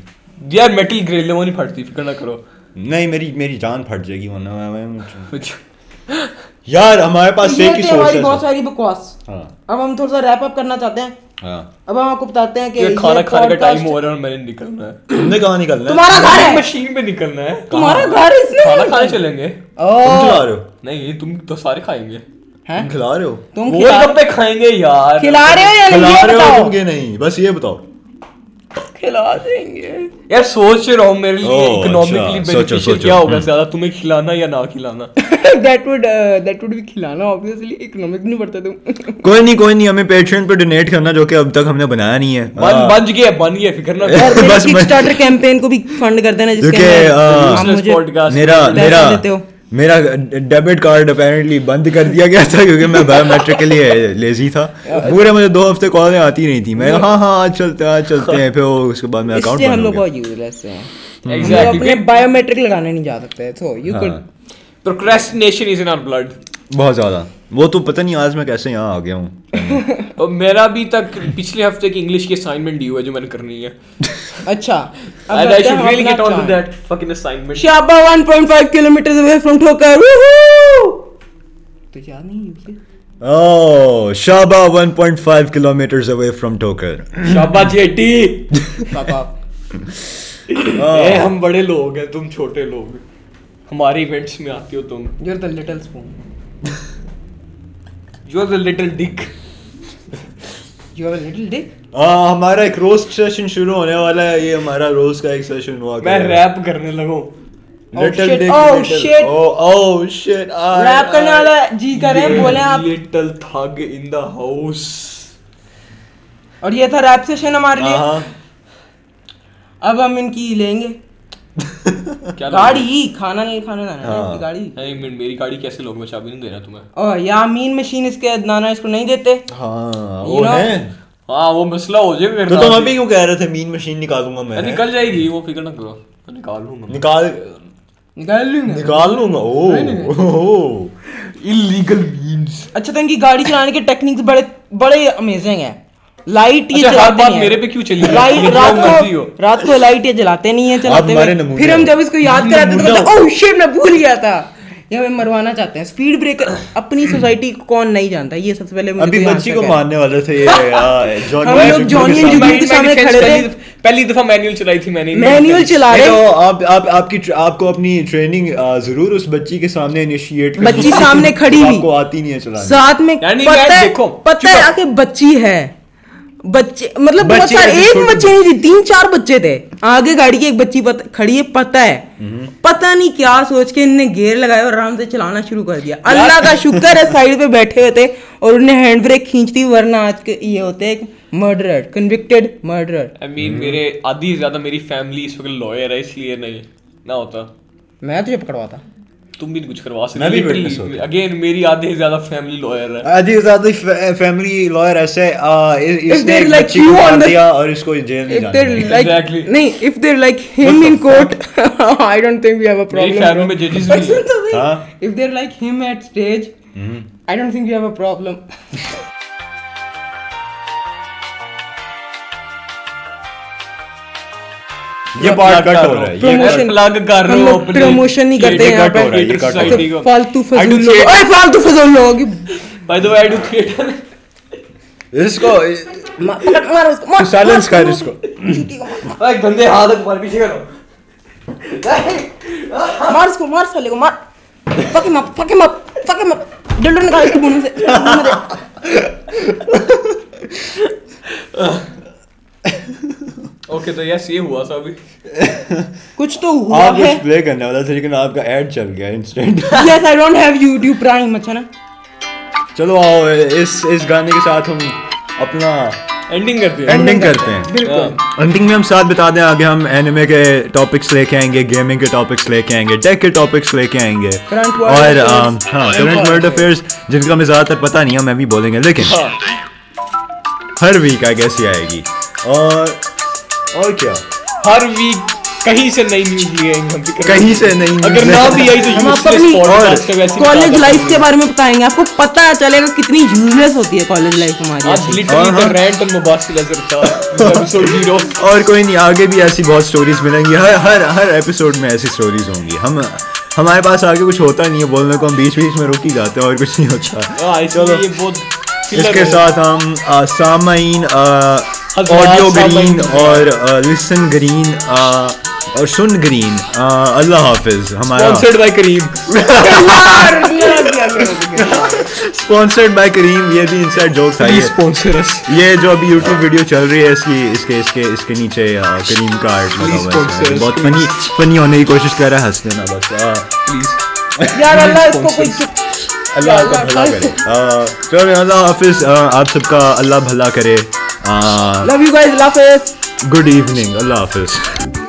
S2: یار میٹل گریل ہے وہ نہیں پھٹتی فکر نہ کرو
S3: نہیں میری میری جان پھٹ جائے گی ورنہ میں- میں- یار ہمارے پاس ایک ہی سورس
S1: بہت
S3: ہے
S1: ساری بکواس
S3: ہاں
S1: اب ہم تھوڑا سا ریپ اپ کرنا چاہتے ہیں
S3: ہاں
S1: اب ہم آپ کو بتاتے ہیں کہ
S2: یہ
S1: یہ
S2: کھانا کھانے کا
S1: podcast-
S2: ٹائم ہو رہا ہے اور میں نے نکلنا ہے
S3: تم نے کہاں نکلنا ہے
S1: تمہارا گھر ہے
S2: مشین پہ نکلنا ہے
S1: تمہارا گھر اس نے
S2: کھانا کھانے چلیں گے
S3: تم
S1: اوہ،
S3: کھلا رہے ہو
S2: نہیں تم تو سارے کھائیں گے
S3: تم کھلا رہے ہو
S1: تم
S2: گول
S1: کھلا-
S2: گپے کھائیں گے یار
S1: کھلا رہے ہو یا نہیں
S3: کھلا
S1: یہ
S3: رہے ہو
S1: بتاؤ
S3: تم کہ نہیں بس یہ بتاؤ
S1: کھلا دیں گے *laughs*
S2: یار سوچ رہا ہوں میرے لیے
S3: اوہ،
S2: اکنامکلی
S3: اچھا، سوچو،
S2: بینیفیشل
S3: سوچو،
S2: کیا ہوگا
S3: ہم۔
S2: زیادہ تمہیں کھلانا یا نہ کھلانا
S1: دیٹ وڈ دیٹ وڈ بھی کھلانا obviously اکنامک نہیں
S2: *laughs*
S1: پڑتا تم
S3: کوئی نہیں کوئی نہیں ہمیں پیشنٹ پہ ڈونیٹ کرنا جو کہ اب تک ہم نے بنایا نہیں
S2: بن
S3: ہے ہاں۔
S2: بن گیا بن گیا فکر نہ
S3: بس،
S1: اور
S3: بس۔
S1: کک سٹارٹر کیمپین کو بھی فنڈ کر دینا جس کے
S3: کیونکہ،
S1: اندر
S3: آہ،
S1: آپ
S2: Useless
S1: مجھے
S2: podcast۔
S3: میرا
S1: پیسے
S3: میرا
S1: دیتے ہو۔
S3: میرا ڈیبٹ کارڈ اپیرنٹلی بند کر دیا گیا تھا کیونکہ میں بایو میٹرک کے لیے لیزی تھا پورے مجھے دو ہفتے کالیں آتی نہیں تھی میں ہاں ہاں آج چلتے ہیں آج چلتے ہیں پھر وہ اس کے بعد میں
S1: اس
S3: اکاؤنٹ
S1: سے ہم
S3: بند ہو
S1: لوگ
S3: گیا
S1: بہت یوزلیس ہیں ہم لوگ اپنے
S2: ایگزیکٹلی
S1: بایو میٹرک لگانے نہیں جا سکتے سو یو
S3: ہاں،
S1: could
S2: procrastination is in our blood
S3: بہت زیادہ وہ تو پتہ نہیں آج میں کیسے یہاں آ گیا ہوں
S2: میرا بھی تک پچھلے ہفتے کی انگلش کی اسائنمنٹ دی ہوا ہے جو میں نے کرنی ہے
S1: اچھا اب
S2: And I
S1: لگتا ہے
S2: should
S1: ہم
S2: really
S1: اپنا
S2: get on to
S1: چاند-
S2: that fucking assignment.
S1: شابا 1.5 kilometers away from Dhokar. Woohoo! تو یاد نہیں ہے یہ؟
S3: او شابا 1.5 kilometres away from Tokar
S2: شاباش جیٹی
S1: پاپا
S3: ہاں۔
S2: اے ہم بڑے لوگ ہیں تم چھوٹے لوگ ہمارے ایونٹس میں آتی ہو تم
S1: you're the little spoon.
S2: You are the little dick
S1: You have a little dick.
S3: ہمارا ایک روز سیشن شروع ہونے والا ہے یہ ہمارا روز کا ایک سیشن ہوا
S2: میں ریپ کرنے لگا
S1: shit, oh shit.
S3: oh
S1: Rap کرنے والا جی کر رہے ہیں بولیں آپ
S2: little thug in the house
S1: اور یہ تھا ریپ سیشن ہمارے لیے اب ہم ان کی لیں گے
S2: کیا
S1: گاڑی کھانا نہیں کھانا لانا ہے،
S3: ہاں۔
S1: ان کی گاڑی
S2: میری گاڑی کیسے لوگ میں چابی نہیں دے رہا تمہیں
S1: اور یا مین مشین اس کے نانا اس کو نہیں دیتے
S3: ہاں
S1: You
S3: وہ
S1: know?
S3: ہے
S2: ہاں وہ مسئلہ ہو جائے
S3: تو تم ابھی کیوں کہہ رہے تھے مین مشین نکالوں گا میں
S2: نکل جائے گی وہ فکر نہ کرو نکال لوں گا
S3: نکال
S1: نکال لوں گا
S3: نکال لوں گا او
S2: انلیگل مینس
S1: اچھا تو ان کی گاڑی چلانے کے ٹیکنیکس بڑے بڑے امیزنگ ہیں لائٹ یہ
S2: اچھا، ہر
S1: جلاتے
S2: بات
S1: نہیں
S2: میرے
S1: ہیں۔
S2: پہ کیوں چلی ہے؟
S1: لائٹ
S2: یہ جو
S1: رات
S2: مرضی ہو۔
S1: کو رات کو لائٹ یہ جلاتے نہیں ہیں چلاتے
S3: ہمارے
S1: ہوئے۔
S3: نمونے
S1: پھر ہم
S3: ہو۔
S1: جب اس کو یاد کراتے
S3: نمونہ
S1: تو
S3: ہو۔
S1: او شیٹ میں بھول گیا تھا یہ ہمیں مروانا چاہتے ہیں سپیڈ بریکر اپنی سوسائٹی کو کون نہیں جانتا یہ سب سے پہلے مجھے
S3: ابھی
S1: کوئی
S3: بچی
S1: آنسر
S3: کو
S1: کرے۔
S3: ماننے والے تھے *laughs* یہ آہ، جان
S1: ہم لوگ
S3: ڈیپ کے
S1: جان
S3: سامنے-
S1: جی
S2: میں-
S1: کے
S2: میں
S1: سامنے
S2: defense
S1: کھڑے
S2: پہلی
S1: تھے۔
S2: دفعہ- پہلی دفعہ مینول چلائی تھی میں نے
S1: مینول چلا
S3: نہیں
S1: رہے
S3: تو آپ آپ آپ کی آپ کو اپنی ٹریننگ ضرور اس بچی کے سامنے انیشیٹ
S1: بچی سامنے کھڑی ہوئی۔
S3: آپ کو آتی نہیں ہے چلانے
S1: ساتھ میں
S2: یعنی میں
S1: پتہ ہے
S2: دیکھو،
S1: پتہ
S2: چپ
S1: ہے
S2: رہو۔
S1: آگے بچی ہے بچے مطلب بہت
S3: بچے
S1: سارے
S3: ہیں جو
S1: ایک
S3: چھوٹے
S1: بچے نہیں تھی تین چار بچے تھے آگے گاڑی کی ایک بچی پت- کھڑی ہے پتہ ہے پتہ نہیں کیا سوچ کے ان نے گیئر لگایا اور آرام سے چلانا شروع کر دیا اللہ کا شکر ہے سائیڈ پہ بیٹھے ہوئے تھے اور انہیں ہینڈ بریک کھینچتی ورنہ آج کے یہ ہوتے ایک murderer convicted murderer
S2: I mean میرے آدھی سے زیادہ میری فیملی اس وقت لوئر ہے اس لیے نہیں نہ ہوتا
S1: میں تجھے پکڑواتا
S2: تم بھی کچھ کروا
S3: میں بھی witness
S2: سکتے
S3: ہوتا۔
S2: اگین میری آدھی سے زیادہ فیملی لوئر ہے
S3: آدھی زیادہ فیملی لائر ایسے آہ، اس اس
S1: If
S3: نے
S1: they're
S3: ایک
S1: like
S3: بچی
S1: you
S3: کو
S1: on
S3: مار
S1: the-
S3: دیا اور اس کو جیل نہیں
S1: If
S3: جانا
S1: they're
S3: ہے۔
S1: like-
S2: Exactly.
S1: نہیں if they're like him in court, *laughs* I don't think we have a problem,
S2: family
S1: bro.
S2: میں judges
S1: But
S2: بھی
S1: سن تو صحیح,
S3: ہاں۔
S1: if they're like him at stage, I don't think we have a problem.
S3: یہ part cut ہو رہا ہے یہ
S1: Promotion-
S2: پلگ کر رہے ہو
S1: ہم لوگ promotion نہیں کرتے یہاں پہ۔
S3: Society
S1: ایسے فالتو فضول لوگ اے فالتو فضول لوگ
S2: by the way I do theatre
S3: اس کو
S1: مارو اس کو مار-
S3: *laughs* سائلنس
S1: مار-
S3: کر اس کو
S2: اے گندے ہاتھ تمہارے پیچھے کرو
S1: مار اس کو مار سالے کو مار fuck him up fuck him up fuck him up ڈلڈو نکال اس کے بونے سے بونے سے۔
S2: اوکے تو یس یہ ہوا تھا ابھی
S1: کچھ تو ہوا
S3: *laughs* آپ
S1: ہے
S3: کچھ پلے کرنے والا تھا لیکن آپ کا ایڈ چل گیا instant
S1: yes I don't have YouTube Prime اچھا نا
S3: چلو آؤ اس اس گانے کے ساتھ ہم اپنا
S2: اینڈنگ کرتے ہیں
S3: اینڈنگ کرتے ہیں
S1: بالکل
S3: اینڈنگ میں ہم ساتھ بتا دیں آگے ہم اینیمے کے ٹاپکس لے کے آئیں گے گیمنگ کے ٹاپکس لے کے آئیں گے ٹیک کے ٹاپکس لے کے آئیں گے
S1: Current world
S3: اور
S1: affairs.
S3: آم، ہاں کرنٹ ورلڈ افیئرس جن کا ہمیں زیادہ تر پتہ نہیں ہے میں بھی بولیں گے لیکن ہر ویک آئی گیس یہ آئے گی اور اور کیا
S2: ہر ویک کہیں سے نئی نیوز لے آئیں گے ہم بھی۔
S3: کہیں سے نئی news
S2: اگر
S3: لے-
S2: نہ بھی آئی تو
S1: ہم آپ کو
S2: useless
S1: اپنی
S2: podcast کا ویسے ہی
S1: کالج
S2: بتا
S1: لائف
S2: دیں۔
S1: کے بارے میں بتائیں گے آپ کو پتا چلے گا کتنی یوزلیس ہوتی ہے کالج لائف
S2: آج
S1: ہماری
S2: literally
S3: ہاں،
S2: the
S3: ہاں۔
S2: rant and مباحثہ لذر تھا۔ *laughs* Episode zero۔
S3: اور کوئی نہیں آگے بھی ایسی بہت سٹوریز ملیں گی ہر ہر ہر ایپیسوڈ میں ایسی سٹوریز ہوں گی ہم ہمارے پاس آگے کچھ ہوتا نہیں ہے بولنے کو ہم بیچ بیچ میں روکی جاتے ہیں اور کچھ نہیں ہوتا
S2: ہاں، اس لیے یہ بہت
S3: اس
S2: filler
S3: کے
S2: ہے۔
S3: ساتھ ہم آ، سامعین آڈیو گرین اور لسن گرین اور سن گرین آ، اللہ حافظ ہمارا
S2: Sponsored by Careem.
S3: Sponsored by Careem یہ بھی انسائڈ جوک تھا
S2: *laughs* Please
S3: یہ
S2: sponsor us۔
S3: یہ جو ابھی یوٹیوب ویڈیو چل رہی ہے اس کی اس کے اس کے اس کے نیچے کریم کا آرٹ لگا
S2: Please
S3: ہوا ہے
S2: sponsor us,
S3: بہت
S2: please.
S3: فنی فنی ہونے کی کوشش کر رہا ہے ہنس لینا بس آہ،
S1: یار اللہ اس کو کوئی
S3: اللہ آپ کا بھلا کرے آہ، چلو اللہ حافظ آہ، آپ سب کا اللہ بھلا کرے
S1: لو یو گائز اللہ حافظ
S3: گڈ ایوننگ اللہ حافظ